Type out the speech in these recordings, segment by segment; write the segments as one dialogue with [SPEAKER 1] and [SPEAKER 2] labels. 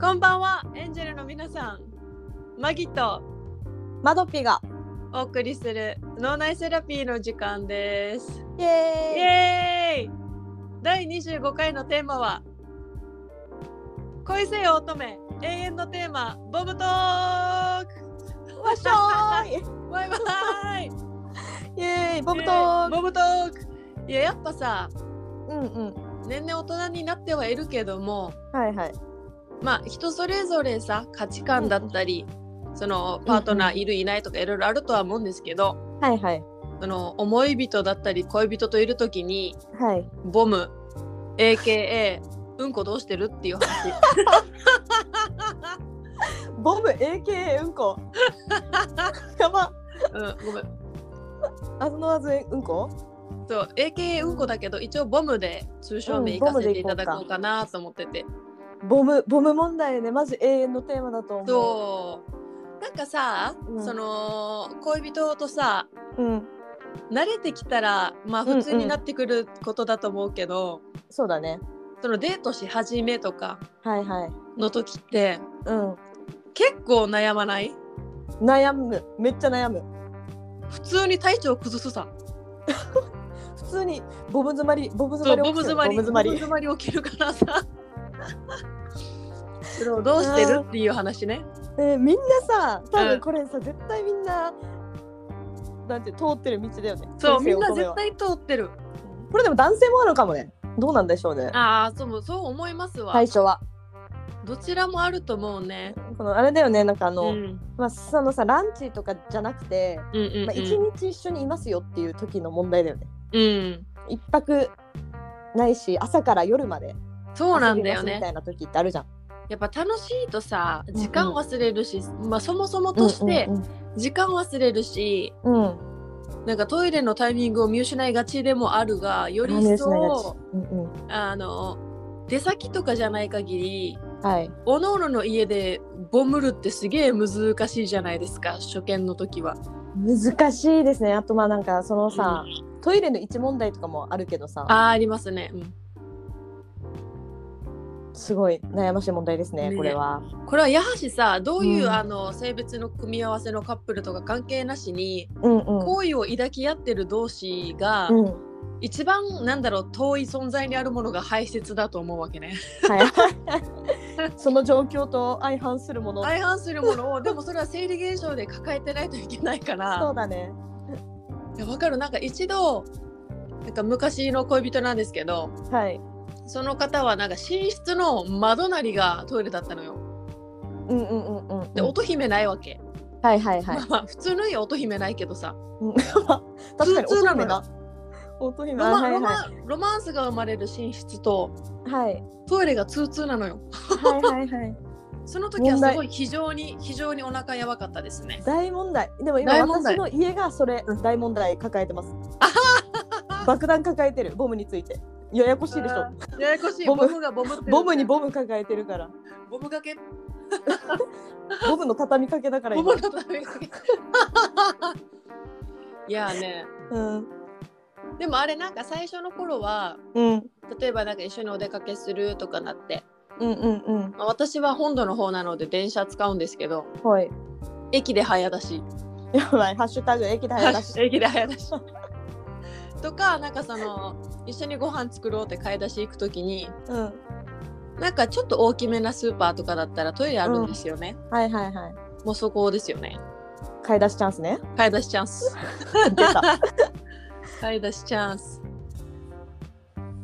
[SPEAKER 1] こんばんは、エンジェルの皆さん。マギと
[SPEAKER 2] マドピが
[SPEAKER 1] お送りする脳内セラピーの時間です。
[SPEAKER 2] イ
[SPEAKER 1] イ
[SPEAKER 2] エーイ
[SPEAKER 1] エーイ第25回のテーマは恋せよ乙女永遠のテーマボブトーク
[SPEAKER 2] わっしょーい
[SPEAKER 1] バイバイ
[SPEAKER 2] イエーイボブトーク
[SPEAKER 1] ボブトークいややっぱさ
[SPEAKER 2] うんうん
[SPEAKER 1] 年々大人になってはいるけども
[SPEAKER 2] はいはい
[SPEAKER 1] まあ人それぞれさ価値観だったり、そのパートナーいるいないとかいろいろあるとは思うんですけど、
[SPEAKER 2] はいはい
[SPEAKER 1] その思い人だったり恋人といる時に
[SPEAKER 2] はい
[SPEAKER 1] ボム AKA うんこどうしてるっていう 話
[SPEAKER 2] ボブ AKA うんこやば
[SPEAKER 1] うんごめん
[SPEAKER 2] あずのあずうんこ
[SPEAKER 1] そう AKA うんこだけど一応ボムで通称名行かせていただこうかなと思ってて、
[SPEAKER 2] ボムボム問題ねマジ永遠のテーマだと思う
[SPEAKER 1] そうなんかさ、
[SPEAKER 2] うん
[SPEAKER 1] その恋人とさ
[SPEAKER 2] ううん
[SPEAKER 1] 慣れてきたらまあ普通になってくることだと思うけど、
[SPEAKER 2] そうだね
[SPEAKER 1] そのデートし始めとか
[SPEAKER 2] はいはい
[SPEAKER 1] の時って
[SPEAKER 2] うん
[SPEAKER 1] 結構悩まない
[SPEAKER 2] 悩むめっちゃ悩む
[SPEAKER 1] 普通に体調崩すさ
[SPEAKER 2] 普通にボブ詰まりボブ
[SPEAKER 1] そう
[SPEAKER 2] 詰まり
[SPEAKER 1] ボム詰まり
[SPEAKER 2] ボブ詰まり
[SPEAKER 1] ボム詰まり起きるからさそれをどうしてるっていう話ね
[SPEAKER 2] えーみんなさ多
[SPEAKER 1] うん
[SPEAKER 2] 分これさ、絶対みんななんて通ってる道だよね
[SPEAKER 1] そうみ
[SPEAKER 2] 人
[SPEAKER 1] ん
[SPEAKER 2] 生
[SPEAKER 1] な
[SPEAKER 2] を込めは
[SPEAKER 1] 絶対通ってる
[SPEAKER 2] これでも男性もあるかもねどうなんでしょうね
[SPEAKER 1] ああそうそう思いますわ、
[SPEAKER 2] 最初は
[SPEAKER 1] どちらもあると思うね
[SPEAKER 2] このあれだよねなんかあの、
[SPEAKER 1] うん、うん
[SPEAKER 2] まあ、そのさランチとかじゃなくて、
[SPEAKER 1] うんうん
[SPEAKER 2] まあ、1日一緒にいますよっていう時の問題だよね
[SPEAKER 1] うん
[SPEAKER 2] 一泊ないし朝から夜まで
[SPEAKER 1] そうなんだよ
[SPEAKER 2] 遊びますみた
[SPEAKER 1] ね
[SPEAKER 2] いな時ってあるじゃん
[SPEAKER 1] やっぱ楽しいとさ
[SPEAKER 2] ん
[SPEAKER 1] 時間忘れるし、まあ、そもそもとして
[SPEAKER 2] うん
[SPEAKER 1] 時間忘れるし、
[SPEAKER 2] うんうん
[SPEAKER 1] なんかトイレのタイミングを見失いがちでもあるがより一層
[SPEAKER 2] うんうん
[SPEAKER 1] あの出先とかじゃない限り
[SPEAKER 2] はい
[SPEAKER 1] おのおのの家でボムるってすげえ難しいじゃないですか初見の時は。
[SPEAKER 2] 難しいですねあとまあなんかそのさ、トイレの位置問題とかもあるけどさ
[SPEAKER 1] あーありますね、うん
[SPEAKER 2] すごい悩ましい問題ですね
[SPEAKER 1] ね
[SPEAKER 2] これは。
[SPEAKER 1] これはやはしさどういう、
[SPEAKER 2] うん
[SPEAKER 1] あの性別の組み合わせのカップルとか関係なしに
[SPEAKER 2] うんうん
[SPEAKER 1] 好意を抱き合ってる同士が、
[SPEAKER 2] うん、
[SPEAKER 1] 一番なんだろう遠い存在にあるものが排泄だと思うわけね。
[SPEAKER 2] はい、 その状況と相反するもの
[SPEAKER 1] 相反するものをでもそれは生理現象で抱えてないといけないから。
[SPEAKER 2] そうだね。
[SPEAKER 1] いやわかるなんか一度なんか昔の恋人なんですけど
[SPEAKER 2] はい。
[SPEAKER 1] その方はなんか寝室の窓なりがトイレだったのよ
[SPEAKER 2] うんうんうんうん。
[SPEAKER 1] で音姫ないわけ、
[SPEAKER 2] はいはいはい
[SPEAKER 1] まあ。まあ普通の家音姫ないけどさ、
[SPEAKER 2] うん確かに
[SPEAKER 1] 通
[SPEAKER 2] 乙
[SPEAKER 1] なの
[SPEAKER 2] 姫
[SPEAKER 1] よ
[SPEAKER 2] だ。乙姫
[SPEAKER 1] ロマ
[SPEAKER 2] はい
[SPEAKER 1] ロ
[SPEAKER 2] は
[SPEAKER 1] マロマンスが生まれる寝室と
[SPEAKER 2] い。はい
[SPEAKER 1] トイレが通通なのよ
[SPEAKER 2] はいはいはい。
[SPEAKER 1] その時は
[SPEAKER 2] 問
[SPEAKER 1] す
[SPEAKER 2] 題
[SPEAKER 1] ごい非常に非常にお腹やばかったですね
[SPEAKER 2] 大問題。でも今
[SPEAKER 1] 大問題
[SPEAKER 2] 私の家がそれ大問題抱えて ます。爆弾抱えてるボムについて。ややこしいでしょ。
[SPEAKER 1] あーややこしいボ
[SPEAKER 2] ボ
[SPEAKER 1] ム
[SPEAKER 2] ム
[SPEAKER 1] がボムってる
[SPEAKER 2] ボムにボム抱えてる から。
[SPEAKER 1] ボムかけ
[SPEAKER 2] ボムの畳みかけだから
[SPEAKER 1] ボ
[SPEAKER 2] 今
[SPEAKER 1] ム。のためかけ いやーね
[SPEAKER 2] うん
[SPEAKER 1] でもあれなんか最初の頃は
[SPEAKER 2] うん
[SPEAKER 1] 例えばなんか一緒にお出かけするとかなって、
[SPEAKER 2] うんうんうん。
[SPEAKER 1] まあ、私は本土の方なので電車使うんですけど
[SPEAKER 2] はい。
[SPEAKER 1] 駅で早出し
[SPEAKER 2] やばい。ハッシュタグ駅で早出し。
[SPEAKER 1] 駅で早出し とかなんかその一緒にご飯作ろうって買い出し行く時に
[SPEAKER 2] うん。
[SPEAKER 1] なんかちょっと大きめなスーパーとかだったらトイレあるんですよね、
[SPEAKER 2] はいはいはい。
[SPEAKER 1] もうそこですよね
[SPEAKER 2] 買い出しチャンスね。
[SPEAKER 1] 買い出しチャンス
[SPEAKER 2] 出た。
[SPEAKER 1] 買い出しチャンス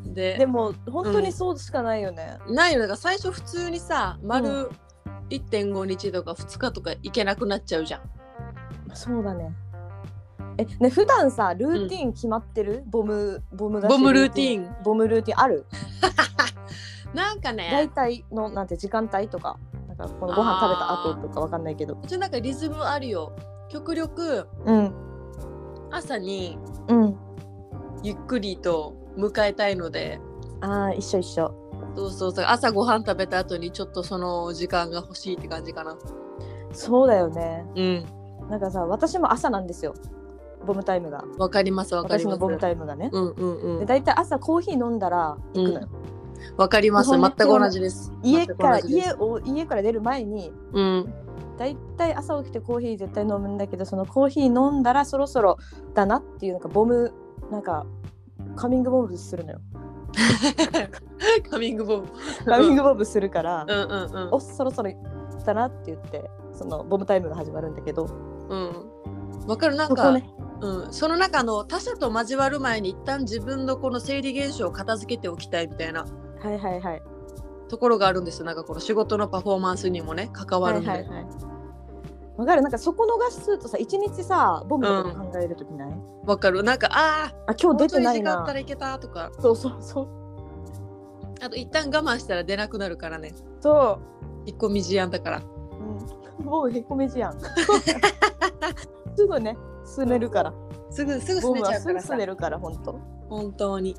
[SPEAKER 1] で
[SPEAKER 2] でも本当にそうしかないよね。
[SPEAKER 1] ないのだから最初普通にさ丸1.5日とか2日とか行けなくなっちゃうじゃん
[SPEAKER 2] そうだね。え、ね、普段さ、ルーティン決まってる、ボム、ボム出し
[SPEAKER 1] ボムルーティン。
[SPEAKER 2] ボムルーティンある。
[SPEAKER 1] なんかね
[SPEAKER 2] 大体の、なんて時間帯とか、なんかこのご飯食べた後とかわかんないけど。
[SPEAKER 1] うちなんかリズムあるよ極力
[SPEAKER 2] うん、
[SPEAKER 1] 朝に
[SPEAKER 2] うん、
[SPEAKER 1] ゆっくりと迎えたいので
[SPEAKER 2] ああ、一緒一緒。
[SPEAKER 1] そうそうそう朝ご飯食べた後にちょっとその時間が欲しいって感じかな
[SPEAKER 2] そうだよね。
[SPEAKER 1] うん
[SPEAKER 2] なんかさ、私も朝なんですよ。ボムタイムが。
[SPEAKER 1] わかりますわかり
[SPEAKER 2] 私
[SPEAKER 1] ま
[SPEAKER 2] の
[SPEAKER 1] す
[SPEAKER 2] ボムタイムがね。
[SPEAKER 1] うんうんう
[SPEAKER 2] で、
[SPEAKER 1] ん
[SPEAKER 2] 大体朝コーヒー飲んだら、行くのよ。
[SPEAKER 1] わかります。
[SPEAKER 2] 日
[SPEAKER 1] 全
[SPEAKER 2] 本
[SPEAKER 1] く同じです。
[SPEAKER 2] 家
[SPEAKER 1] 全く
[SPEAKER 2] か
[SPEAKER 1] 同
[SPEAKER 2] ら
[SPEAKER 1] じです
[SPEAKER 2] 家を家から出る前に
[SPEAKER 1] うん。
[SPEAKER 2] だいたい朝起きてコーヒー絶対飲むんだけどそのコーヒー飲んだらそろそろだなっていうなんかボムなんかカミングボブす るのよ
[SPEAKER 1] カミングボブ。
[SPEAKER 2] カミングボブするから、
[SPEAKER 1] うんうん
[SPEAKER 2] おそろそろだなって言ってそのボムタイムが始まるんだけど
[SPEAKER 1] うん。うん。わかるなん
[SPEAKER 2] そ
[SPEAKER 1] か、
[SPEAKER 2] こね
[SPEAKER 1] うん、その中の他者と交わる前に一旦自分のこの生理現象を片付けておきたいみたいな
[SPEAKER 2] はいはいはい
[SPEAKER 1] ところがあるんですよなんかこの仕事のパフォーマンスにもね関わ
[SPEAKER 2] は
[SPEAKER 1] るん
[SPEAKER 2] い
[SPEAKER 1] で、
[SPEAKER 2] はいはいわかるなんかそこ逃すとさ一日さボムのこと考えるときない、
[SPEAKER 1] わかるなんかあ
[SPEAKER 2] あ今
[SPEAKER 1] あ
[SPEAKER 2] 日
[SPEAKER 1] 本
[SPEAKER 2] 出
[SPEAKER 1] 当
[SPEAKER 2] て
[SPEAKER 1] に
[SPEAKER 2] な
[SPEAKER 1] 時
[SPEAKER 2] い
[SPEAKER 1] 間あった
[SPEAKER 2] な
[SPEAKER 1] らいけたとか
[SPEAKER 2] そうそうそう
[SPEAKER 1] あと一旦我慢したら出なくなるからね
[SPEAKER 2] そ
[SPEAKER 1] 一個身思案だから
[SPEAKER 2] う、うん、ボムへこめじや ん すぐねすねるから
[SPEAKER 1] すぐすぐす
[SPEAKER 2] ボム
[SPEAKER 1] ねち
[SPEAKER 2] は
[SPEAKER 1] ゃう
[SPEAKER 2] す
[SPEAKER 1] か
[SPEAKER 2] ぐ
[SPEAKER 1] ら
[SPEAKER 2] す
[SPEAKER 1] さ
[SPEAKER 2] ねるから本当
[SPEAKER 1] 本当に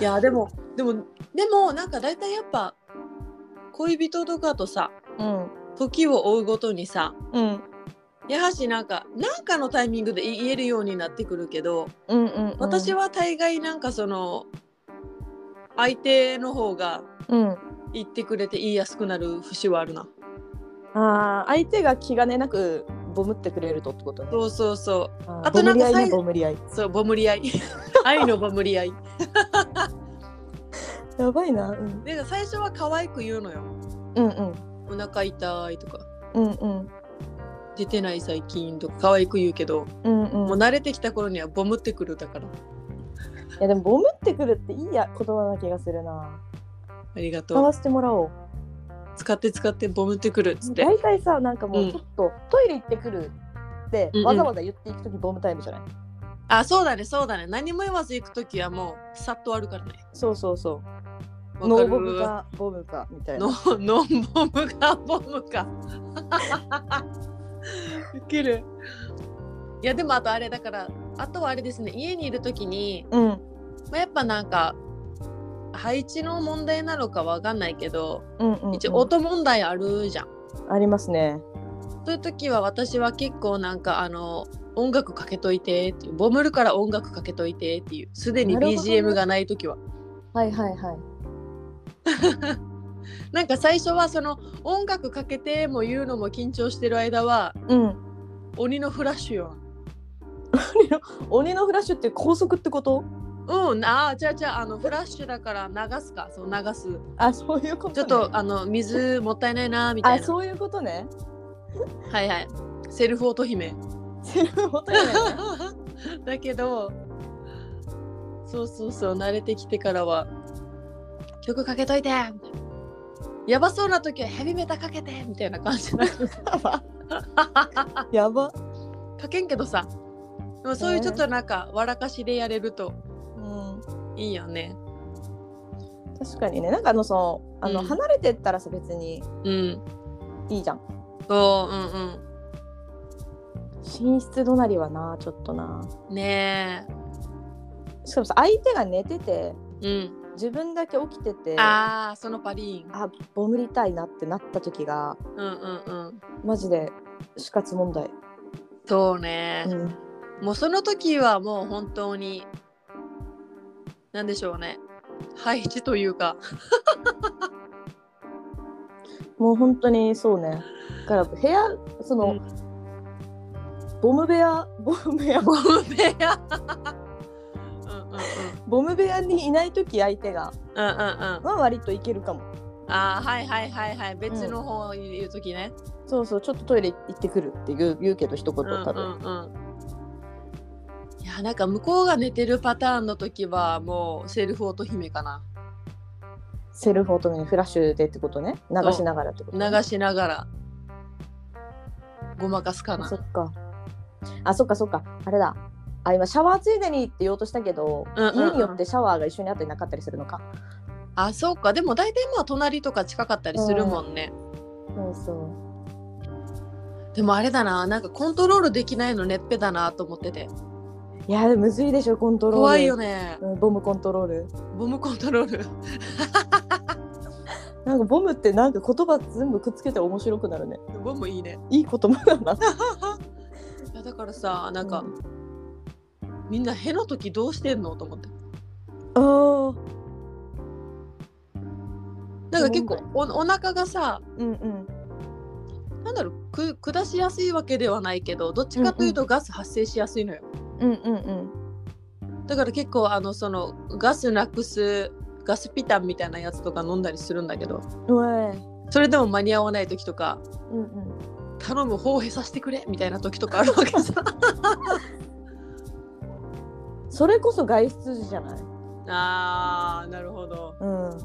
[SPEAKER 1] いやでもでもでもなんか大体やっぱ恋人とかとさ
[SPEAKER 2] うん
[SPEAKER 1] 時を追うごとにさ
[SPEAKER 2] うん
[SPEAKER 1] やはしなんかなんかのタイミングで言えるようになってくるけど、
[SPEAKER 2] うんうん
[SPEAKER 1] 私は大概なんかその相手の方が
[SPEAKER 2] うん
[SPEAKER 1] 言ってくれて言いやすくなる節はあるな
[SPEAKER 2] あー相手が気兼ねなくボムってくれるとってことね
[SPEAKER 1] そうそうそう
[SPEAKER 2] あ
[SPEAKER 1] あとなんか
[SPEAKER 2] ボムり合い
[SPEAKER 1] 最
[SPEAKER 2] ねボムり合い
[SPEAKER 1] そうボムり合 い愛のボムり合い
[SPEAKER 2] やばいなうん
[SPEAKER 1] で最初は可愛く言うのよ
[SPEAKER 2] うんうん
[SPEAKER 1] お腹痛いとか
[SPEAKER 2] うんうん
[SPEAKER 1] 出てない最近とか可愛く言うけど、
[SPEAKER 2] うん
[SPEAKER 1] も
[SPEAKER 2] う、
[SPEAKER 1] うん
[SPEAKER 2] い
[SPEAKER 1] 慣れてきた頃にはボムってくるだから
[SPEAKER 2] やでもボムってくるっていいや言葉な気がするな
[SPEAKER 1] ありが
[SPEAKER 2] 使
[SPEAKER 1] とう
[SPEAKER 2] わせてもらおう
[SPEAKER 1] 使って使ってボムってくるっつって
[SPEAKER 2] 大体さなんかも
[SPEAKER 1] うん
[SPEAKER 2] うちょっと、トイレ行ってくるって
[SPEAKER 1] うんうん
[SPEAKER 2] わざわざ言っていくときボムタイムじゃない、
[SPEAKER 1] あそうだねそうだね何も言わず行く時はもうさっと終わるからね
[SPEAKER 2] そうそうそ
[SPEAKER 1] わ
[SPEAKER 2] うノ
[SPEAKER 1] か
[SPEAKER 2] ー
[SPEAKER 1] る
[SPEAKER 2] ボムかボムかみたいな
[SPEAKER 1] ノノンボムかボムか。 ウケる。いやでもあとあれだからあとはあれですね家にいる時に、
[SPEAKER 2] うん
[SPEAKER 1] まあ、やっぱなんか配置の問題なのかわかんないけど
[SPEAKER 2] うんうん、うん、
[SPEAKER 1] 一応音問題あるじゃん。
[SPEAKER 2] ありますね
[SPEAKER 1] そういう時は私は結構なんかあの音楽かけといてっていうボムるから音楽かけといてっていうすでに
[SPEAKER 2] なるほどね
[SPEAKER 1] BGM がない時は
[SPEAKER 2] はいはいはい
[SPEAKER 1] なんか最初はその音楽かけても言うのも緊張してる間は
[SPEAKER 2] うん
[SPEAKER 1] 鬼のフラッシュよ
[SPEAKER 2] 鬼のフラッシュって高速ってこと
[SPEAKER 1] うん、あーじゃあじゃああのフラッシュだから流すかそう流す
[SPEAKER 2] あそういうこと、ね、
[SPEAKER 1] ちょっとあの水もったいないなみたい
[SPEAKER 2] あ
[SPEAKER 1] な
[SPEAKER 2] そういうことね
[SPEAKER 1] はいはいセルフ乙姫
[SPEAKER 2] セルフ音ね
[SPEAKER 1] だけどそうそうそう慣れてきてからは曲かけといてやばそうな時はヘビメタかけてみたいな感じにな る
[SPEAKER 2] やば、
[SPEAKER 1] かけんけどさでもそういうちょっとなんか笑かしでやれると
[SPEAKER 2] うん、
[SPEAKER 1] いいよね
[SPEAKER 2] 確かにねなんかあのそのあの、
[SPEAKER 1] うん
[SPEAKER 2] 離れてったらさ別に
[SPEAKER 1] うん
[SPEAKER 2] いいじゃん
[SPEAKER 1] そううん
[SPEAKER 2] 寝室隣はなちょっとな
[SPEAKER 1] うんね
[SPEAKER 2] しかもさ相手が寝てて
[SPEAKER 1] えうん
[SPEAKER 2] 自分だけ起きてて
[SPEAKER 1] ああそのパリーン
[SPEAKER 2] あボムりたいなってなった時が
[SPEAKER 1] うんうんうん
[SPEAKER 2] マジで死活問題、
[SPEAKER 1] そうね
[SPEAKER 2] う、ん、
[SPEAKER 1] もうその時はもう本当に何でしょうね配置というか
[SPEAKER 2] もう本当にそうねだから部屋その、
[SPEAKER 1] うん
[SPEAKER 2] ボム部屋ボム部屋
[SPEAKER 1] ボム部屋うんうんうん
[SPEAKER 2] ボム部屋にいない時相手が
[SPEAKER 1] うんうんうん
[SPEAKER 2] まあ割といけるかも
[SPEAKER 1] ああはいはいはいはい別の方言う時ね、
[SPEAKER 2] そうそうちょっとトイレ行ってくるって言う言うけど一言
[SPEAKER 1] うん、うん
[SPEAKER 2] 多
[SPEAKER 1] う
[SPEAKER 2] 分、
[SPEAKER 1] んいやなんか向こうが寝てるパターンの時はもうセルフ乙姫かな
[SPEAKER 2] セルフ乙女にフラッシュでってことね流しながらってこと、ね、
[SPEAKER 1] 流しながらごまかすか
[SPEAKER 2] あ
[SPEAKER 1] な
[SPEAKER 2] そっか。あ、そっかそっか。あれだ。あ、今シャワーついでにって言おうとしたけど、
[SPEAKER 1] うんうんうん
[SPEAKER 2] 家によってシャワーが一緒にあったりなかったりするのか。
[SPEAKER 1] あそうかでも大体まあ隣とか近かったりするもんね、
[SPEAKER 2] そうそう。
[SPEAKER 1] でもあれだななんかコントロールできないのねっぺだなと思ってて
[SPEAKER 2] いや、むずいでしょ、コントロール。
[SPEAKER 1] 怖いよね
[SPEAKER 2] うんボムコントロール。
[SPEAKER 1] ボムコントロール
[SPEAKER 2] なんかボムってなんか言葉全部くっつけて面白くなるね。
[SPEAKER 1] ボムいいね
[SPEAKER 2] いい言葉だ な。
[SPEAKER 1] いやだからさなんか、
[SPEAKER 2] う
[SPEAKER 1] みんなへの時どうしてんのと思って
[SPEAKER 2] ああ。
[SPEAKER 1] なんか結構おお腹がさ
[SPEAKER 2] うんうん
[SPEAKER 1] なんだろうく下しやすいわけではないけどどっちかというとガス発生しやすいのよ、
[SPEAKER 2] うんうんうん
[SPEAKER 1] だから結構あのそのガスなくすガスピタンみたいなやつとか飲んだりするんだけど
[SPEAKER 2] うえ
[SPEAKER 1] それでも間に合わない時とか
[SPEAKER 2] うんうん
[SPEAKER 1] 頼む方をへさしてくれみたいな時とかあるわけさ
[SPEAKER 2] それこそ外出時じゃない
[SPEAKER 1] あーなるほど
[SPEAKER 2] うん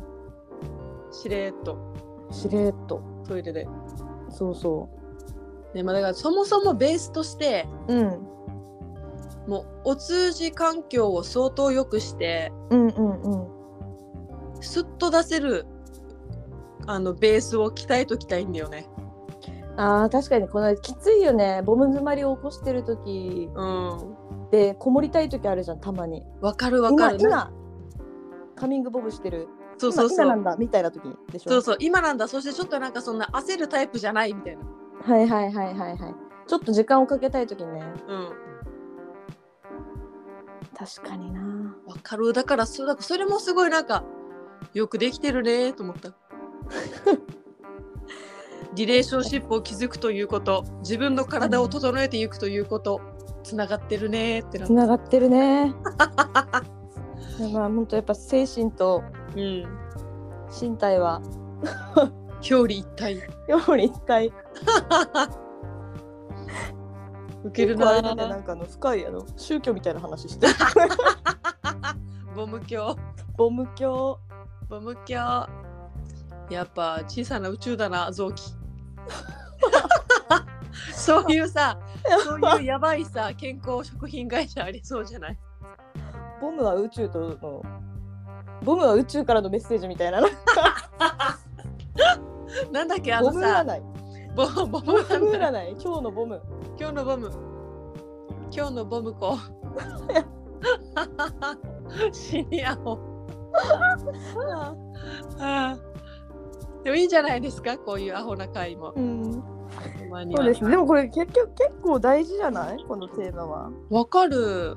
[SPEAKER 1] しれーっと
[SPEAKER 2] しれっと
[SPEAKER 1] トイレで、
[SPEAKER 2] そうそ
[SPEAKER 1] ねまあ、だからそもそもベースとして
[SPEAKER 2] う、うん、
[SPEAKER 1] もうお通じ環境を相当良くして
[SPEAKER 2] うんうんうん
[SPEAKER 1] スッと出せるあのベースを鍛えときたいんだよね
[SPEAKER 2] あー確かにこのきついよねボム詰まりを起こしてる時
[SPEAKER 1] うん
[SPEAKER 2] でこもりたい時あるじゃんたまに
[SPEAKER 1] わかるわかる
[SPEAKER 2] 今今カミングボブしてる
[SPEAKER 1] そうそう
[SPEAKER 2] 今
[SPEAKER 1] そ
[SPEAKER 2] 今な
[SPEAKER 1] うん
[SPEAKER 2] だみたいな時でしょ
[SPEAKER 1] そうそう今なんだそしてちょっとなんかそんな焦るタイプじゃないみたいな
[SPEAKER 2] はいはいはいはいはいちょっと時間をかけたい時ね
[SPEAKER 1] うん
[SPEAKER 2] 確かにな
[SPEAKER 1] わかるだからそうだからそれもすごいなんかよくできてるねと思った リレーションシップを築くということ自分の体を整えていくということつながってるねってなっ
[SPEAKER 2] つ
[SPEAKER 1] た
[SPEAKER 2] ながってるねまあ本当やっぱ精神と
[SPEAKER 1] うん
[SPEAKER 2] 身体は
[SPEAKER 1] 表裏一体
[SPEAKER 2] 表裏一体
[SPEAKER 1] ウケる
[SPEAKER 2] 結
[SPEAKER 1] な
[SPEAKER 2] 構あれだねなんかあの深いあの宗教みたいな話してる
[SPEAKER 1] ボム教
[SPEAKER 2] ボム教
[SPEAKER 1] ボム教やっぱ小さな宇宙だな臓 器そういうさそういうやばいさ健康食品会社ありそうじゃない
[SPEAKER 2] ボムは宇宙とのボムは宇宙からのメッセージみたいなの
[SPEAKER 1] なんだっけあ
[SPEAKER 2] ボ
[SPEAKER 1] の
[SPEAKER 2] ム
[SPEAKER 1] さ
[SPEAKER 2] 占い
[SPEAKER 1] ボムボム
[SPEAKER 2] ボム
[SPEAKER 1] なんだ
[SPEAKER 2] 占い今日のボム
[SPEAKER 1] 今日のボム今日のボム子シニアをあーでもいいんじゃないですかこういうアホな回も
[SPEAKER 2] うん
[SPEAKER 1] たまに
[SPEAKER 2] そう
[SPEAKER 1] は
[SPEAKER 2] ですねでもこれ結局結構大事じゃないこのテーマは
[SPEAKER 1] わかる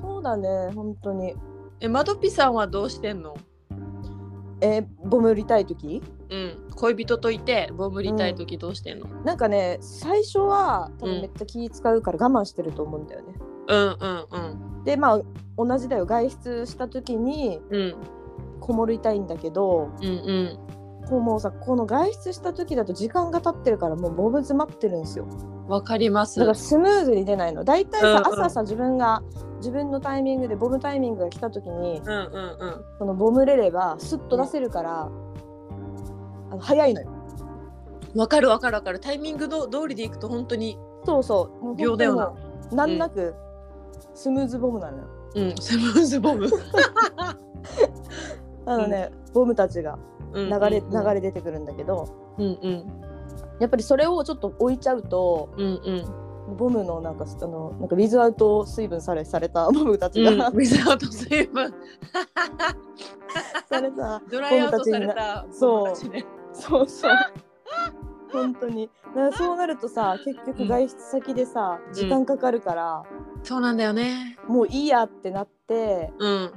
[SPEAKER 2] そうだね本当に
[SPEAKER 1] えマドピさんはどうしてんの
[SPEAKER 2] えーボム売りたい時
[SPEAKER 1] うん恋人といてボムりたい時どうしてんの、うん、
[SPEAKER 2] なんかね最初は多
[SPEAKER 1] うん
[SPEAKER 2] 分めっちゃ気使うから我慢してると思うんだよね、
[SPEAKER 1] うんうん
[SPEAKER 2] でまあ同じだよ外出した時に
[SPEAKER 1] うんうん
[SPEAKER 2] こもりたいんだけど
[SPEAKER 1] うん
[SPEAKER 2] こうもうさこの外出した時だと時間が経ってるからもうボブ詰まってるんですよ
[SPEAKER 1] わかります
[SPEAKER 2] だからスムーズに出ないの大体さ
[SPEAKER 1] うんうん
[SPEAKER 2] 朝さ自分が自分のタイミングでボムタイミングが来た時に
[SPEAKER 1] うんうんうん
[SPEAKER 2] そのボムれればスッと出せるから、あの早いのよ
[SPEAKER 1] わかるわかるわかるタイミングど通りでいくと本当に
[SPEAKER 2] そうそうもう
[SPEAKER 1] 秒だよな
[SPEAKER 2] 本当にもう難なくスムーズボムなのよ、
[SPEAKER 1] うんスムーズボム
[SPEAKER 2] あのね、ボムたちが
[SPEAKER 1] 流
[SPEAKER 2] 流れ、流れ出てくるんだけど
[SPEAKER 1] うんうん
[SPEAKER 2] やっぱりそれをちょっと置いちゃうと
[SPEAKER 1] うんうん
[SPEAKER 2] ボムのなんかあのなんかウィズアウト水分されされた ボムたちが、
[SPEAKER 1] うん、水アウト水分
[SPEAKER 2] された
[SPEAKER 1] ドライアウトされた
[SPEAKER 2] そ
[SPEAKER 1] 友
[SPEAKER 2] う
[SPEAKER 1] 達ね
[SPEAKER 2] そうそう本当にだからそうなるとさ結局外出先でさ、
[SPEAKER 1] ん
[SPEAKER 2] 時間かかるから、
[SPEAKER 1] そうなんだよね
[SPEAKER 2] もういいやってなって
[SPEAKER 1] うん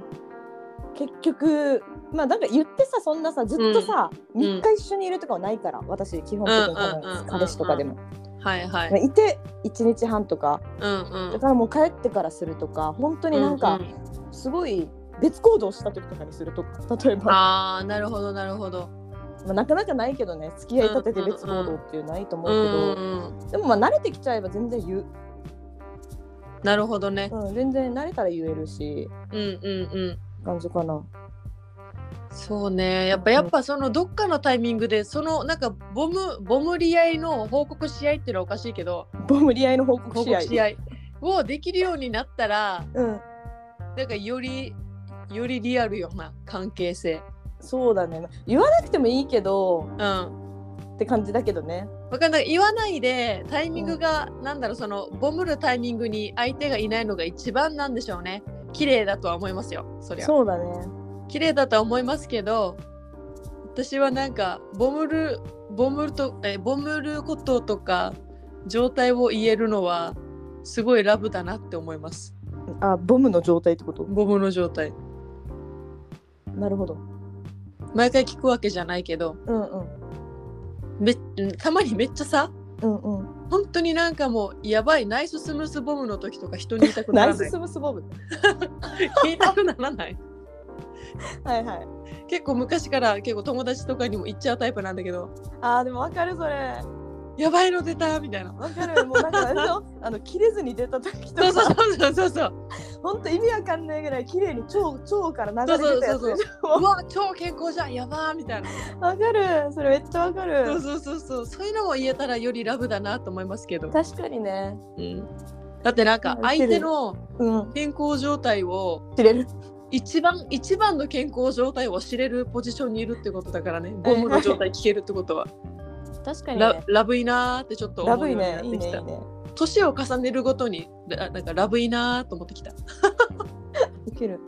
[SPEAKER 2] 結局まあなんか言ってさそんなさずっとさ、
[SPEAKER 1] うん
[SPEAKER 2] 3日一緒にいるとかはないから私基本的にこ
[SPEAKER 1] うんうんうんうんう
[SPEAKER 2] の
[SPEAKER 1] ん
[SPEAKER 2] 彼氏とかでも、
[SPEAKER 1] はいは
[SPEAKER 2] まあ
[SPEAKER 1] い
[SPEAKER 2] いて1日半とか
[SPEAKER 1] うんう
[SPEAKER 2] だ
[SPEAKER 1] ん
[SPEAKER 2] からもう帰ってからするとか本当になん
[SPEAKER 1] うう
[SPEAKER 2] かすごい別行動した時とかにするとか例えば
[SPEAKER 1] ああなるほどなるほど
[SPEAKER 2] まあ、なかなかないけどね付き合い立てて別行動っていうのはいいと思
[SPEAKER 1] うん
[SPEAKER 2] うけど、
[SPEAKER 1] うん
[SPEAKER 2] でもまあ慣れてきちゃえば全然言う、
[SPEAKER 1] なるほどね
[SPEAKER 2] うん、全然慣れたら言えるし
[SPEAKER 1] うんうんうん
[SPEAKER 2] 感じかな
[SPEAKER 1] そうねやっぱやっぱそのどっかのタイミングでそのなんかボムボムリ合いの報告し合いっていうのはおかしいけど
[SPEAKER 2] ボムリ合いの報告
[SPEAKER 1] 報
[SPEAKER 2] 試合
[SPEAKER 1] 告し合いをできるようになったら
[SPEAKER 2] うん、
[SPEAKER 1] なんかよりよりリアルよな関係性
[SPEAKER 2] そうだね言わなくてもいいけど
[SPEAKER 1] うん
[SPEAKER 2] って感じだけどね
[SPEAKER 1] わかんない言わないでタイミングが、なんだろうそのボムるタイミングに相手がいないのが一番なんでしょうね綺麗だとは思いますよそりゃ
[SPEAKER 2] そうだね
[SPEAKER 1] 綺麗だとは思いますけど私はなんかボムるボムるとえボムることとか状態を言えるのはすごいラブだなって思います
[SPEAKER 2] あボムの状態ってこと
[SPEAKER 1] ボムの状態
[SPEAKER 2] なるほど
[SPEAKER 1] 毎回聞くわけじゃないけど
[SPEAKER 2] うんうん
[SPEAKER 1] めたまにめっちゃさ
[SPEAKER 2] うんうん
[SPEAKER 1] 本当になんかもうやばいナイススムースボムの時とか人に言いたくな
[SPEAKER 2] ナイ
[SPEAKER 1] らな
[SPEAKER 2] ス
[SPEAKER 1] い
[SPEAKER 2] スムスボブ
[SPEAKER 1] 言いたくならない
[SPEAKER 2] はいはい
[SPEAKER 1] 結構昔から結構友達とかにも言っちゃうタイプなんだけど
[SPEAKER 2] あーでもわかるそれ
[SPEAKER 1] やばいの出たみたいな
[SPEAKER 2] わかるもうなんかあれよ あの切れずに出た時と
[SPEAKER 1] そう
[SPEAKER 2] か
[SPEAKER 1] そうそうそうそう
[SPEAKER 2] ほんと意味わかんないぐらい綺麗に腸腸から流れてた
[SPEAKER 1] そ
[SPEAKER 2] やつ
[SPEAKER 1] うそう
[SPEAKER 2] ね
[SPEAKER 1] そそうわ超健康じゃんやばーみたいな
[SPEAKER 2] わかるそれめっちゃわかる
[SPEAKER 1] そうそうそうそうそういうのも言えたらよりラブだなと思いますけど、
[SPEAKER 2] 確かにね
[SPEAKER 1] うん、だってなんか相手の
[SPEAKER 2] うん
[SPEAKER 1] 健康状態を
[SPEAKER 2] 切れる
[SPEAKER 1] 一番一番の健康状態を知れるポジションにいるってことだからねゴムの状態聞けるってことは、
[SPEAKER 2] 確か
[SPEAKER 1] ララブいなーってちょっと
[SPEAKER 2] ラ
[SPEAKER 1] 思
[SPEAKER 2] ブ
[SPEAKER 1] う
[SPEAKER 2] い
[SPEAKER 1] ように
[SPEAKER 2] ね
[SPEAKER 1] なっ
[SPEAKER 2] いい
[SPEAKER 1] て
[SPEAKER 2] ね
[SPEAKER 1] き
[SPEAKER 2] い
[SPEAKER 1] た
[SPEAKER 2] いね
[SPEAKER 1] 年を重ねるごとにななんかラブいなーと思ってきたウ
[SPEAKER 2] 受ける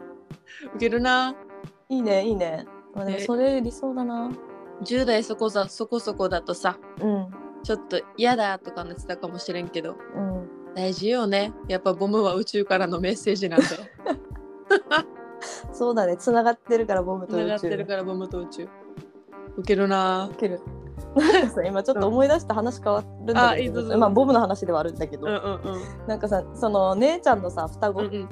[SPEAKER 1] ケるない
[SPEAKER 2] いねいいねまあでも
[SPEAKER 1] ね
[SPEAKER 2] それ理想だな
[SPEAKER 1] ー10代そこざそこそこだとさ
[SPEAKER 2] うん
[SPEAKER 1] ちょっと嫌だとかなってたかもしれんけど
[SPEAKER 2] うん
[SPEAKER 1] 大事よねやっぱボムは宇宙からのメッセージなん で
[SPEAKER 2] そうだねつながってるからボムと宇
[SPEAKER 1] 繋
[SPEAKER 2] 宙
[SPEAKER 1] がってるからボムと宇宙ウケるな
[SPEAKER 2] 受けるなんかさ今ちょっと思い出した話変わるんだ
[SPEAKER 1] あい
[SPEAKER 2] け
[SPEAKER 1] いぞどう
[SPEAKER 2] ど
[SPEAKER 1] ぞ
[SPEAKER 2] まあボムの話ではあるんだけ
[SPEAKER 1] う
[SPEAKER 2] ど
[SPEAKER 1] うんうん
[SPEAKER 2] なんかさその姉ちゃんのさ双
[SPEAKER 1] う
[SPEAKER 2] 子
[SPEAKER 1] んうんうんうん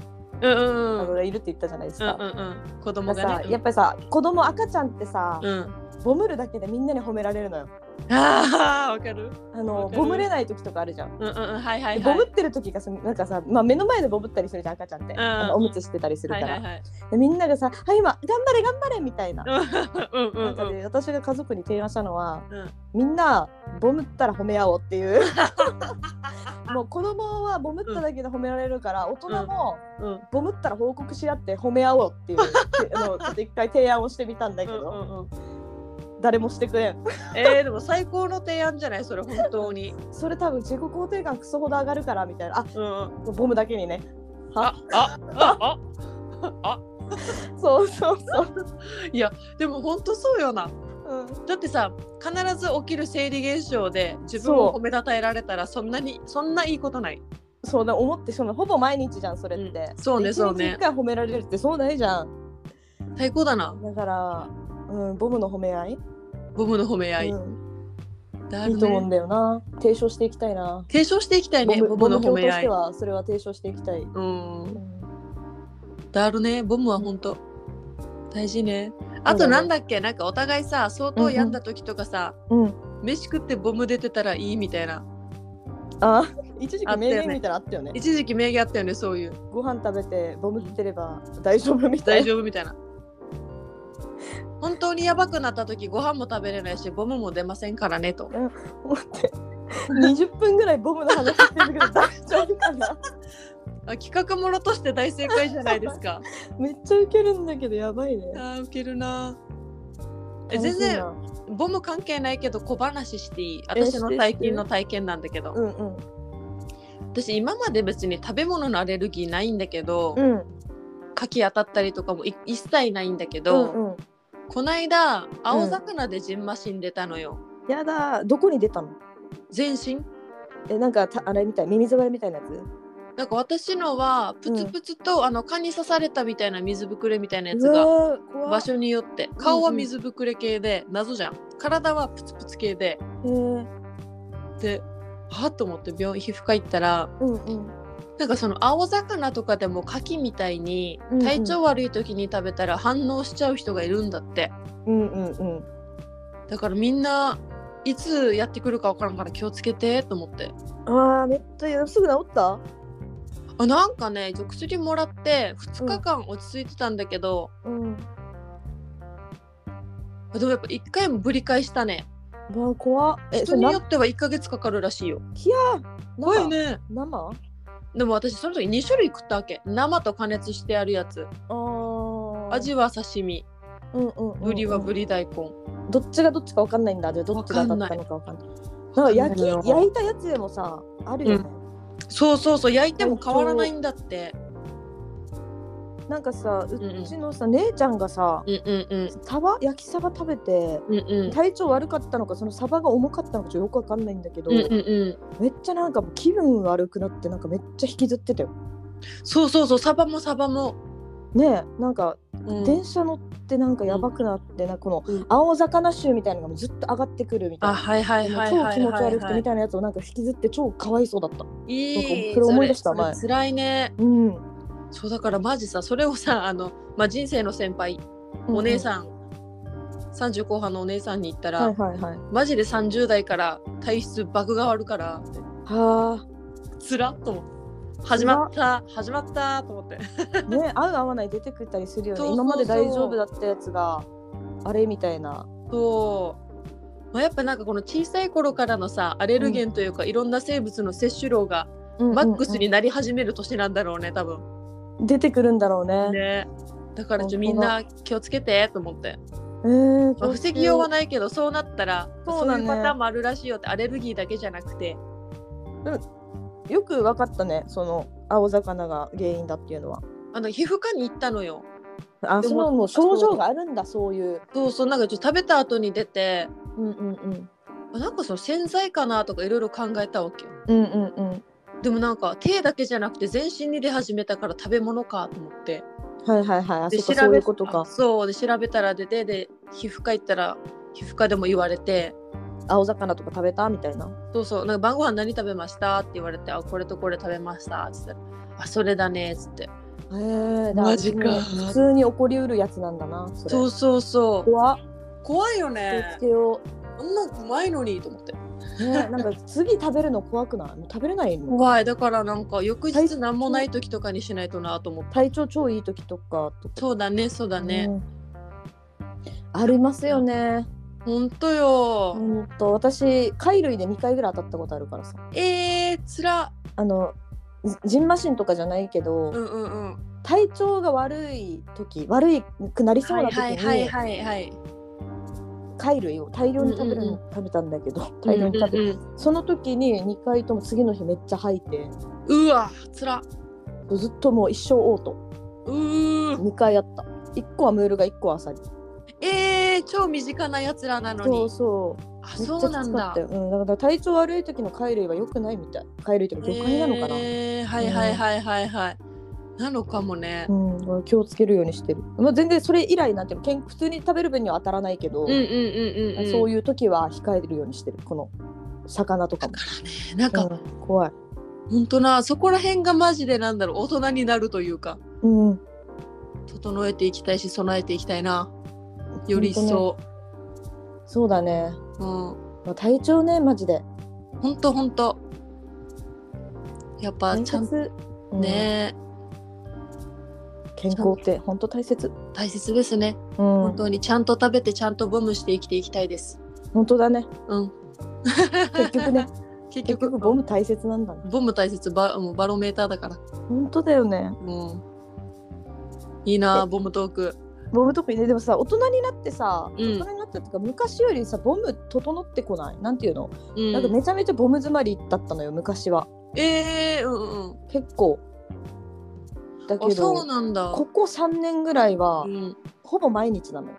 [SPEAKER 2] あ
[SPEAKER 1] うん
[SPEAKER 2] のがいるって言ったじゃないです
[SPEAKER 1] うん
[SPEAKER 2] か
[SPEAKER 1] う。んうん子供
[SPEAKER 2] だか
[SPEAKER 1] が
[SPEAKER 2] ら
[SPEAKER 1] ね
[SPEAKER 2] さやっぱりさ子供赤ちゃんってさ、
[SPEAKER 1] うん
[SPEAKER 2] ボムるだけでみんなに褒められるのよ。
[SPEAKER 1] ああわかる
[SPEAKER 2] あ
[SPEAKER 1] わ
[SPEAKER 2] の
[SPEAKER 1] かる
[SPEAKER 2] ボムれない時とかあるじゃん。
[SPEAKER 1] うんうんうんはいはい
[SPEAKER 2] で
[SPEAKER 1] は
[SPEAKER 2] ボ
[SPEAKER 1] い
[SPEAKER 2] ムってる時がさなんかさ、まあ、目の前でボムったりするじゃん赤ちゃんって、
[SPEAKER 1] うん
[SPEAKER 2] あのおむつしてたりするか
[SPEAKER 1] は
[SPEAKER 2] ら、
[SPEAKER 1] いはいはい
[SPEAKER 2] でみんながさ「あ今頑張れ頑張れ」みたいな。
[SPEAKER 1] うんうんう
[SPEAKER 2] なんか
[SPEAKER 1] ん
[SPEAKER 2] で私が家族に提案したのは、
[SPEAKER 1] うん
[SPEAKER 2] みんなボムったら褒め合おうって いうもう子供はボムっただけで褒められるから、大人も
[SPEAKER 1] うんうん
[SPEAKER 2] ボムったら報告し合って褒め合お うっていうあのちょっと一回提案をしてみたんだけ
[SPEAKER 1] う
[SPEAKER 2] ど、
[SPEAKER 1] んうんうん
[SPEAKER 2] 誰もしてくれん
[SPEAKER 1] えーでも最高の提案じゃないそれ本当に
[SPEAKER 2] それ多分自己肯定感クソほど上がるからみたいなあ
[SPEAKER 1] うんうん
[SPEAKER 2] ボムだけにね
[SPEAKER 1] ああああ
[SPEAKER 2] そうそうそう、
[SPEAKER 1] でも本当そうよな
[SPEAKER 2] うん、
[SPEAKER 1] だってさ必ず起きる生理現象で自分を
[SPEAKER 2] そ
[SPEAKER 1] 褒めたたえられたらそんなにそんないいことない
[SPEAKER 2] そうだ思ってしまうほぼ毎日じゃんそれって、
[SPEAKER 1] うんそうね
[SPEAKER 2] で
[SPEAKER 1] そうね
[SPEAKER 2] 一日一回褒められるってそうないじゃん
[SPEAKER 1] 最高だな
[SPEAKER 2] だから、うん、ボムの褒め合い、
[SPEAKER 1] ボムの褒め合い、
[SPEAKER 2] うん
[SPEAKER 1] だ
[SPEAKER 2] い
[SPEAKER 1] る
[SPEAKER 2] い
[SPEAKER 1] ね
[SPEAKER 2] と思うんだよな提唱していきたいな
[SPEAKER 1] 提唱していきたいねボ
[SPEAKER 2] ボム
[SPEAKER 1] ム
[SPEAKER 2] ボ
[SPEAKER 1] の
[SPEAKER 2] ム教
[SPEAKER 1] 褒
[SPEAKER 2] と
[SPEAKER 1] め
[SPEAKER 2] し
[SPEAKER 1] 合
[SPEAKER 2] て
[SPEAKER 1] い
[SPEAKER 2] はそれは提唱していきたい、
[SPEAKER 1] う
[SPEAKER 2] うんん
[SPEAKER 1] だるねボムは本当大事ねあとなんだっけなんかお互いさ相当病んだ時とかさ、
[SPEAKER 2] うん、
[SPEAKER 1] 飯食ってボム出てたらいいみたいな
[SPEAKER 2] あ一時
[SPEAKER 1] あ
[SPEAKER 2] 期
[SPEAKER 1] ったよね
[SPEAKER 2] 名言みたいなのあったよね
[SPEAKER 1] 一時期名言あったよねそういう
[SPEAKER 2] ご飯食べてボムってれば大丈夫みた
[SPEAKER 1] 大
[SPEAKER 2] いな
[SPEAKER 1] 丈夫みたいな本当にやばくなった時ご飯も食べれないしボムも出ませんからねと
[SPEAKER 2] 待って20分ぐらいボムの話してるけど大丈夫かな
[SPEAKER 1] あ企画ものとして大正解じゃないですか
[SPEAKER 2] めっちゃウケるんだけどやばいね
[SPEAKER 1] あーウケるなえ
[SPEAKER 2] 楽しい
[SPEAKER 1] 全
[SPEAKER 2] な
[SPEAKER 1] 然ボム関係ないけど小話していい
[SPEAKER 2] え
[SPEAKER 1] 私の
[SPEAKER 2] して
[SPEAKER 1] 最近の体験なんだけど、
[SPEAKER 2] うんうん
[SPEAKER 1] 私今まで別に食べ物のアレルギーないんだけど、
[SPEAKER 2] うん
[SPEAKER 1] 牡蠣当たったりとかもい一切ないんだけ
[SPEAKER 2] う
[SPEAKER 1] ど、
[SPEAKER 2] んうん
[SPEAKER 1] こないだ青魚でジンマシン出たのよ、
[SPEAKER 2] やだどこに出たの
[SPEAKER 1] 全身
[SPEAKER 2] えなんかたあれみたいミミズバレみたいなやつ
[SPEAKER 1] なんか私のはプツプツと、あの蚊に刺されたみたいな水ぶくれみたいなやつ
[SPEAKER 2] う
[SPEAKER 1] が
[SPEAKER 2] わー怖っ
[SPEAKER 1] 場所によって顔は水ぶくれ系で謎じゃん体はプツプツ系で
[SPEAKER 2] えー
[SPEAKER 1] ではっと思って病院皮膚科行ったら
[SPEAKER 2] うんうん
[SPEAKER 1] なんかその青魚とかでも牡蠣みたいに
[SPEAKER 2] うんうん
[SPEAKER 1] 体調悪い時に食べたら反応しちゃう人がいるんだって、
[SPEAKER 2] うんうんうん
[SPEAKER 1] だからみんないつやってくるか分からんから気をつけてと思って
[SPEAKER 2] あーめっちゃやすぐ治った
[SPEAKER 1] あなんかね薬もらって2日間落ち着いてたんだけど、
[SPEAKER 2] うん
[SPEAKER 1] でもやっぱ1回もぶり返したね
[SPEAKER 2] わあ怖っえ
[SPEAKER 1] 人
[SPEAKER 2] それ
[SPEAKER 1] に
[SPEAKER 2] な
[SPEAKER 1] よっては1ヶ月かかるらしいよ
[SPEAKER 2] いやー
[SPEAKER 1] 怖いよ
[SPEAKER 2] 生
[SPEAKER 1] ね
[SPEAKER 2] 生
[SPEAKER 1] でも私その時2種類食ったわけ生と加熱してあるやつ
[SPEAKER 2] あー
[SPEAKER 1] 味は刺身
[SPEAKER 2] うんうんうんうん
[SPEAKER 1] ぶりはぶり大根、
[SPEAKER 2] どっちがどっちかわかんないんだじゃあどっちが当たったのかわかんないなんか
[SPEAKER 1] わかん
[SPEAKER 2] 焼
[SPEAKER 1] ない
[SPEAKER 2] き焼いたやつでもさあるよね、
[SPEAKER 1] そうそうそう焼いても変わらないんだって
[SPEAKER 2] なんかさうん
[SPEAKER 1] うん
[SPEAKER 2] ちのさ、姉ちゃんがさ
[SPEAKER 1] うんうんうん
[SPEAKER 2] サバ焼きサバ食べて
[SPEAKER 1] うんうん
[SPEAKER 2] 体調悪かったのかそのサバが重かったのかちょっとよくわかんないんだけど、
[SPEAKER 1] うんうんうん
[SPEAKER 2] めっちゃなんか気分悪くなってなんかめっちゃ引きずってたよ
[SPEAKER 1] そうそうそうサバもサバも
[SPEAKER 2] ねえなんか
[SPEAKER 1] うん
[SPEAKER 2] 電車乗ってなんかやばくなって、なんかこの
[SPEAKER 1] うん
[SPEAKER 2] 青魚臭みたいなのがもうずっと上がってくるみたい
[SPEAKER 1] あ
[SPEAKER 2] な。
[SPEAKER 1] はいはい
[SPEAKER 2] 超
[SPEAKER 1] はいはい
[SPEAKER 2] 気持ち
[SPEAKER 1] は
[SPEAKER 2] 悪くてみ
[SPEAKER 1] い
[SPEAKER 2] たいなやつをなんか引きずって超かわいそうだった。
[SPEAKER 1] いい
[SPEAKER 2] それ思い出した
[SPEAKER 1] それ
[SPEAKER 2] 前
[SPEAKER 1] それ辛いね
[SPEAKER 2] うん。
[SPEAKER 1] そうだからマジさそれをさあの、まあ、人生の先輩お姉さん、30後半のお姉さんに言った
[SPEAKER 2] うん
[SPEAKER 1] ら、
[SPEAKER 2] はいはいはい。
[SPEAKER 1] マジで30代から体質爆が悪から
[SPEAKER 2] は
[SPEAKER 1] つらっと思って始まった始まったと思って
[SPEAKER 2] あ。ね合う合わない出てくったりするよね。
[SPEAKER 1] そうそうそう
[SPEAKER 2] 今まで大丈夫だったやつがあれみたいな。
[SPEAKER 1] そう、まあ、やっぱなんかこの小さい頃からのさアレルゲンというか、いろんな生物の摂取量がマックスになり始める年なんだろうね多分
[SPEAKER 2] うんうん出てくるんだろうね。
[SPEAKER 1] ねだからちょ
[SPEAKER 2] 本当だ
[SPEAKER 1] みんな気をつけてと思って、
[SPEAKER 2] えー
[SPEAKER 1] まあ、防ぎようはないけどそうなったら
[SPEAKER 2] そ
[SPEAKER 1] そうう,、
[SPEAKER 2] だね
[SPEAKER 1] いうパターンもあるらしいよってアレルギーだけじゃなくて
[SPEAKER 2] よく分かったねその青魚が原因だっていうのは
[SPEAKER 1] あの皮膚科に行ったのよ
[SPEAKER 2] あ
[SPEAKER 1] で
[SPEAKER 2] そ
[SPEAKER 1] も
[SPEAKER 2] のもう症状があるんだそういう
[SPEAKER 1] そうそうなんかちょっと食べた後に出て
[SPEAKER 2] うんうんうん
[SPEAKER 1] あなんかその洗剤かなとかいろいろ考えたわけよ
[SPEAKER 2] うんうんうん
[SPEAKER 1] でもなんか手だけじゃなくて全身に出始めたから食べ物かと思って
[SPEAKER 2] はいはいはいあ
[SPEAKER 1] で
[SPEAKER 2] そ
[SPEAKER 1] 調
[SPEAKER 2] こ
[SPEAKER 1] べ
[SPEAKER 2] そういうことか
[SPEAKER 1] そうで調べたら出てで皮膚科行ったら皮膚科でも言われて
[SPEAKER 2] 青魚とか食べたみたいな
[SPEAKER 1] そうそうなんか晩ご飯何食べましたって言われてあこれとこれ食べましたって言ったらあそれだねっつって
[SPEAKER 2] へえー、
[SPEAKER 1] マジか
[SPEAKER 2] だら普通に起こりうるやつなんだなそれ
[SPEAKER 1] そうそうそう
[SPEAKER 2] 怖っ
[SPEAKER 1] 怖いよ
[SPEAKER 2] 気を
[SPEAKER 1] ね
[SPEAKER 2] つけよ
[SPEAKER 1] あんなうまいのにと思って
[SPEAKER 2] う、ね、なんか次食べるの怖くないもう食べれないの
[SPEAKER 1] 怖いだからなんか翌日何もない時とかにしないとなと思って
[SPEAKER 2] 体調超いい時とかとか
[SPEAKER 1] そうだねそうだね、
[SPEAKER 2] うんありますよね
[SPEAKER 1] ほんとよ、
[SPEAKER 2] うんと私貝類で2回ぐらい当たったことあるからさ
[SPEAKER 1] えー、つら
[SPEAKER 2] あのじジンマシンとかじゃないけど、
[SPEAKER 1] うんうんうん
[SPEAKER 2] 体調が悪い時悪くなりそうな時
[SPEAKER 1] はいはい
[SPEAKER 2] に
[SPEAKER 1] はいはいはい
[SPEAKER 2] 貝類を大量に食べる
[SPEAKER 1] うんうんう
[SPEAKER 2] 食べたんだけど大量に食べ
[SPEAKER 1] うん
[SPEAKER 2] る
[SPEAKER 1] うんうん
[SPEAKER 2] その時に2回とも次の日めっちゃ吐いて
[SPEAKER 1] うわつら
[SPEAKER 2] ずっともう一生嘔吐
[SPEAKER 1] うー
[SPEAKER 2] 2回あった1個はムールが1個はアサリ
[SPEAKER 1] えー、超身近なやつらなの
[SPEAKER 2] そう
[SPEAKER 1] に
[SPEAKER 2] そう
[SPEAKER 1] あ
[SPEAKER 2] めっちゃ
[SPEAKER 1] そ
[SPEAKER 2] き
[SPEAKER 1] うな
[SPEAKER 2] つ
[SPEAKER 1] ん
[SPEAKER 2] か
[SPEAKER 1] だ
[SPEAKER 2] ったようん、だから体調悪い時の貝類は良くないみたい貝類というか魚介なのかな、
[SPEAKER 1] えー、はいはいはいはいはい、なのかもね
[SPEAKER 2] う、ん、だから気をつけるようにしてる、まあ、全然それ以来なんていうのけん普通に食べる分には当たらないけど、
[SPEAKER 1] うん、うんうんうんうん
[SPEAKER 2] そう
[SPEAKER 1] いう
[SPEAKER 2] いう時は控えるようにしてるこの魚とか
[SPEAKER 1] だ
[SPEAKER 2] も
[SPEAKER 1] か、らねなんか、
[SPEAKER 2] うん怖い、
[SPEAKER 1] ほんとなそこら辺がマジでなんだろう大人になるというか
[SPEAKER 2] うん、
[SPEAKER 1] 整えていきたいし備えていきたいなより一
[SPEAKER 2] ほ
[SPEAKER 1] 層
[SPEAKER 2] そうだね、
[SPEAKER 1] うん
[SPEAKER 2] まあ、体調ねマジで
[SPEAKER 1] ほんとほんとやっぱ
[SPEAKER 2] 大
[SPEAKER 1] ちゃんと
[SPEAKER 2] 切、うん
[SPEAKER 1] ね
[SPEAKER 2] 健康って本当大切、
[SPEAKER 1] 大切ですね、
[SPEAKER 2] うん、
[SPEAKER 1] 本
[SPEAKER 2] 本
[SPEAKER 1] 当にちゃんと食べてちゃんとボムして生きていきたいです
[SPEAKER 2] 当だ ね
[SPEAKER 1] うん
[SPEAKER 2] 結局ね
[SPEAKER 1] 結
[SPEAKER 2] 結
[SPEAKER 1] 局
[SPEAKER 2] 局ボム大切なんだね
[SPEAKER 1] ボム大切バもうバロメーターだから
[SPEAKER 2] 本当だよね
[SPEAKER 1] もういいなあボムトーク
[SPEAKER 2] ボム特にねでもさ大人になってさ、
[SPEAKER 1] うん
[SPEAKER 2] 大人になったっていうか昔よりさボム整ってこないなんていうの、
[SPEAKER 1] うん
[SPEAKER 2] なんかめちゃめちゃボム詰まりだったのよ昔は
[SPEAKER 1] ええうんうん
[SPEAKER 2] 結構だ
[SPEAKER 1] あ
[SPEAKER 2] け
[SPEAKER 1] そう
[SPEAKER 2] ど
[SPEAKER 1] なんだ
[SPEAKER 2] ここ3年ぐらいは、
[SPEAKER 1] うん、
[SPEAKER 2] ほぼ毎日なのよ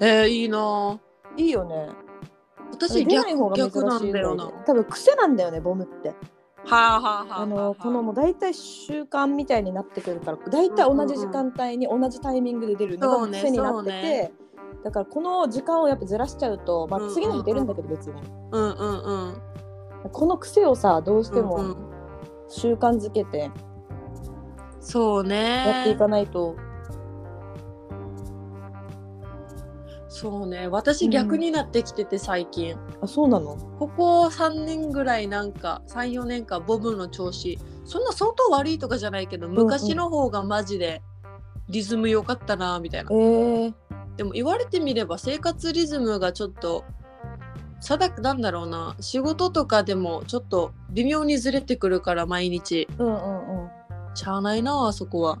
[SPEAKER 1] えー、いいなあ
[SPEAKER 2] いいよね
[SPEAKER 1] 私
[SPEAKER 2] 出
[SPEAKER 1] 逆
[SPEAKER 2] ない方が珍しい
[SPEAKER 1] 逆なん
[SPEAKER 2] ぐ
[SPEAKER 1] だ
[SPEAKER 2] ら
[SPEAKER 1] よ
[SPEAKER 2] い
[SPEAKER 1] な
[SPEAKER 2] で
[SPEAKER 1] は
[SPEAKER 2] 多分癖なんだよねボムって
[SPEAKER 1] あ、はあはあはあ、
[SPEAKER 2] あのこのもう大体習慣みたいになってくるから大体同じ時間帯に同じタイミングで出るの
[SPEAKER 1] そ
[SPEAKER 2] が
[SPEAKER 1] うね
[SPEAKER 2] 癖になってて、
[SPEAKER 1] そうね
[SPEAKER 2] だからこの時間をやっぱずらしちゃうと、ま
[SPEAKER 1] うんうん
[SPEAKER 2] あ、
[SPEAKER 1] うん
[SPEAKER 2] 次の日出るんだけど別に、
[SPEAKER 1] うんうんうん
[SPEAKER 2] この癖をさどうして
[SPEAKER 1] うんう
[SPEAKER 2] も
[SPEAKER 1] ん、
[SPEAKER 2] 習慣づけて
[SPEAKER 1] そうね
[SPEAKER 2] やっていかないと、
[SPEAKER 1] そうね私
[SPEAKER 2] うん
[SPEAKER 1] 逆になってきてて最近、
[SPEAKER 2] あそうなの
[SPEAKER 1] ここ3年ぐらいなんか34年間ボブの調子そんな相当悪いとかじゃないけど昔の方がマジでリズム良かったなみたいな
[SPEAKER 2] え、ー、
[SPEAKER 1] でも言われてみれば生活リズムがちょっと定くなんだろうな仕事とかでもちょっと微妙にずれてくるから毎日
[SPEAKER 2] うんうんうん
[SPEAKER 1] しゃあないなあそこは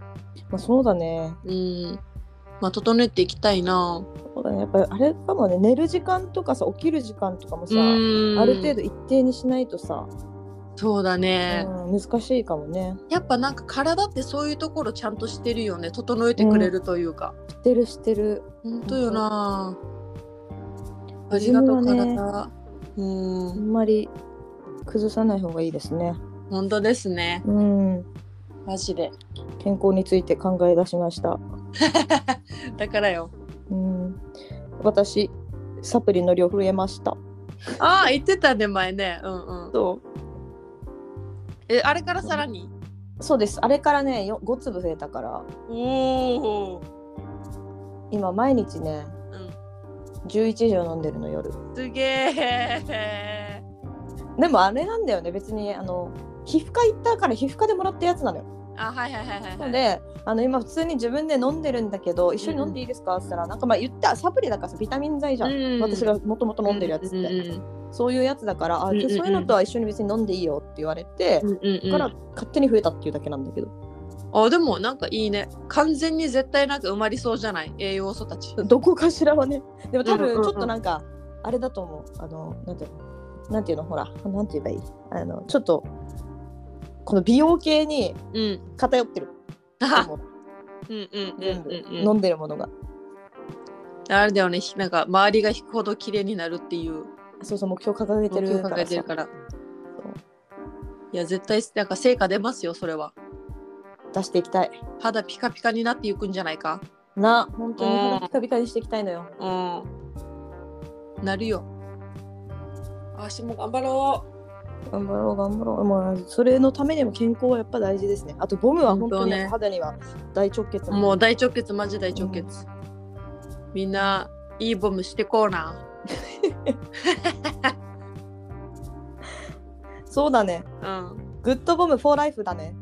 [SPEAKER 2] まあそうだね
[SPEAKER 1] うんまあ整えていきたいな
[SPEAKER 2] そうだねやっぱりあれかもね寝る時間とかさ起きる時間とかもさ、
[SPEAKER 1] うん
[SPEAKER 2] ある程度一定にしないとさ、
[SPEAKER 1] そうだね、
[SPEAKER 2] うん、難しいかもね
[SPEAKER 1] やっぱなんか体ってそういうところちゃんとしてるよね整えてくれるというか、
[SPEAKER 2] 知ってる知ってる
[SPEAKER 1] 本当よなあ。あ
[SPEAKER 2] 自
[SPEAKER 1] りがと
[SPEAKER 2] 分
[SPEAKER 1] う、
[SPEAKER 2] はね
[SPEAKER 1] 体。う
[SPEAKER 2] あ
[SPEAKER 1] ん、
[SPEAKER 2] んまり崩さない方がいいですね
[SPEAKER 1] 本当ですね。
[SPEAKER 2] うん
[SPEAKER 1] あマジで
[SPEAKER 2] 健康について考え出しました。
[SPEAKER 1] だからよ
[SPEAKER 2] うん、私サプリの量増えました。
[SPEAKER 1] ああ言ってたね前ねうんうん
[SPEAKER 2] そう
[SPEAKER 1] えあれからさらに
[SPEAKER 2] そうです。あれからね、よ5粒増えたから、
[SPEAKER 1] おお
[SPEAKER 2] 今毎日ね、11錠飲んでるの夜。
[SPEAKER 1] すげえ
[SPEAKER 2] でもあれなんだよね、別にあの皮膚科行ったから皮膚科でもらったやつなのよ。
[SPEAKER 1] あはいはいはいはい
[SPEAKER 2] な
[SPEAKER 1] はい
[SPEAKER 2] ので、あの今普通に自分で飲んでるんだけど、一緒に飲んでいいですかって言ったら、なんかまあ言ったらサプリだからさ、ビタミン剤じゃん。
[SPEAKER 1] うん
[SPEAKER 2] 私がもともと飲んでるやつって、
[SPEAKER 1] うん
[SPEAKER 2] そういうやつだから、あ
[SPEAKER 1] うんうんうん
[SPEAKER 2] そういうのとは一緒に別に飲んでいいよって言われて、
[SPEAKER 1] うんうんうん
[SPEAKER 2] だから勝手に増えたっていうだけなんだけど。
[SPEAKER 1] あでもなんかいいね完全に絶対なんか埋まりそうじゃない栄養素たち
[SPEAKER 2] どこかしらはね。でも多
[SPEAKER 1] うんうん
[SPEAKER 2] 分
[SPEAKER 1] うん
[SPEAKER 2] ちょっとなんか、あれだと思う。あの、なんていうの、なんていうの、ほら、なんて言えばいい。あの、ちょっと、この美容系に
[SPEAKER 1] うん
[SPEAKER 2] 偏ってると
[SPEAKER 1] あ
[SPEAKER 2] 思う。
[SPEAKER 1] うんうんう
[SPEAKER 2] 全
[SPEAKER 1] ん
[SPEAKER 2] 部、
[SPEAKER 1] うん
[SPEAKER 2] 飲
[SPEAKER 1] うん
[SPEAKER 2] んでるものが。
[SPEAKER 1] あれだよねひなんか周りが引くほど綺麗になるっていう
[SPEAKER 2] そうそう、目標掲げて
[SPEAKER 1] 目標
[SPEAKER 2] るか
[SPEAKER 1] 考え
[SPEAKER 2] ら
[SPEAKER 1] て
[SPEAKER 2] さ
[SPEAKER 1] るから
[SPEAKER 2] そう
[SPEAKER 1] いや絶対なんか成果出ますよそれは
[SPEAKER 2] 出していきたい。
[SPEAKER 1] 肌ピカピカになっていくんじゃないか
[SPEAKER 2] な、本当に
[SPEAKER 1] うん
[SPEAKER 2] 肌ピカピカにしていきたいのよ。
[SPEAKER 1] うんなるよ足も頑張ろ
[SPEAKER 2] 頑張ろう、頑張ろう。もう、それのためにも健康はやっぱ大事ですね。あと、ボムは本当
[SPEAKER 1] 本
[SPEAKER 2] に
[SPEAKER 1] 当ね
[SPEAKER 2] 肌には大直結
[SPEAKER 1] う
[SPEAKER 2] なの
[SPEAKER 1] もう大直結マジ大直結、みんないいボムしてこうな
[SPEAKER 2] そうだね。
[SPEAKER 1] うん
[SPEAKER 2] グッドボムフォーライフだね。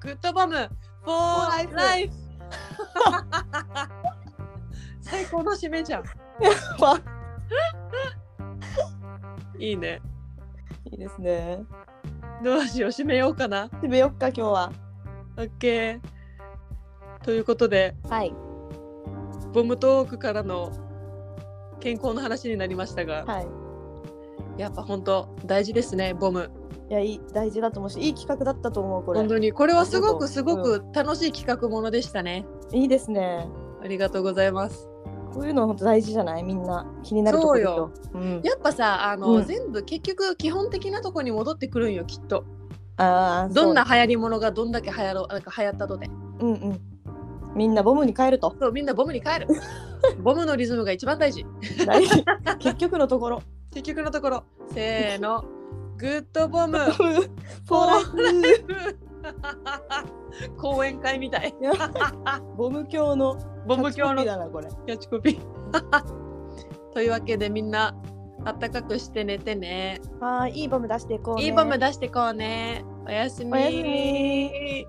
[SPEAKER 1] グッドボム for
[SPEAKER 2] For life
[SPEAKER 1] life 最高の締めじゃん いいね
[SPEAKER 2] いいですね。
[SPEAKER 1] どうしよう締めようかな
[SPEAKER 2] 締めよっか、今日は。
[SPEAKER 1] OK ということで
[SPEAKER 2] はい。
[SPEAKER 1] ボムトークからの健康の話になりましたが、
[SPEAKER 2] はい。
[SPEAKER 1] やっぱ本当大事ですねボム
[SPEAKER 2] いやいい大事だと思うしいい企画だったと思うこれ
[SPEAKER 1] 本当にこれはすご
[SPEAKER 2] あ
[SPEAKER 1] く
[SPEAKER 2] り
[SPEAKER 1] す
[SPEAKER 2] がとう
[SPEAKER 1] ごく楽しい企画ものでしたね、
[SPEAKER 2] いいですね
[SPEAKER 1] ありがとうございます
[SPEAKER 2] こういうの本当大事じゃないみんな気になるところとうん、
[SPEAKER 1] やっぱさあの、
[SPEAKER 2] うん
[SPEAKER 1] 全部結局基本的なとこに戻ってくるんよきっと
[SPEAKER 2] あー
[SPEAKER 1] どんな流行りものがどんだけ流行ろうなんか流行ったとで
[SPEAKER 2] そううんうんみんなボムに帰ると
[SPEAKER 1] そうみんなボムに帰る ボムのリズムが一番大事
[SPEAKER 2] 大事結局のところ
[SPEAKER 1] 結局のところせーのグッドボ ム
[SPEAKER 2] フォーライフ
[SPEAKER 1] 講演会みたい
[SPEAKER 2] ボム教の
[SPEAKER 1] ボム教の
[SPEAKER 2] キャッチコピーだなこれ
[SPEAKER 1] キャッチコピー というわけでみんなあったかくして寝てね
[SPEAKER 2] はーいいいボム出していこうね
[SPEAKER 1] いいボム出してこうね。おやすみ。
[SPEAKER 2] おやすみ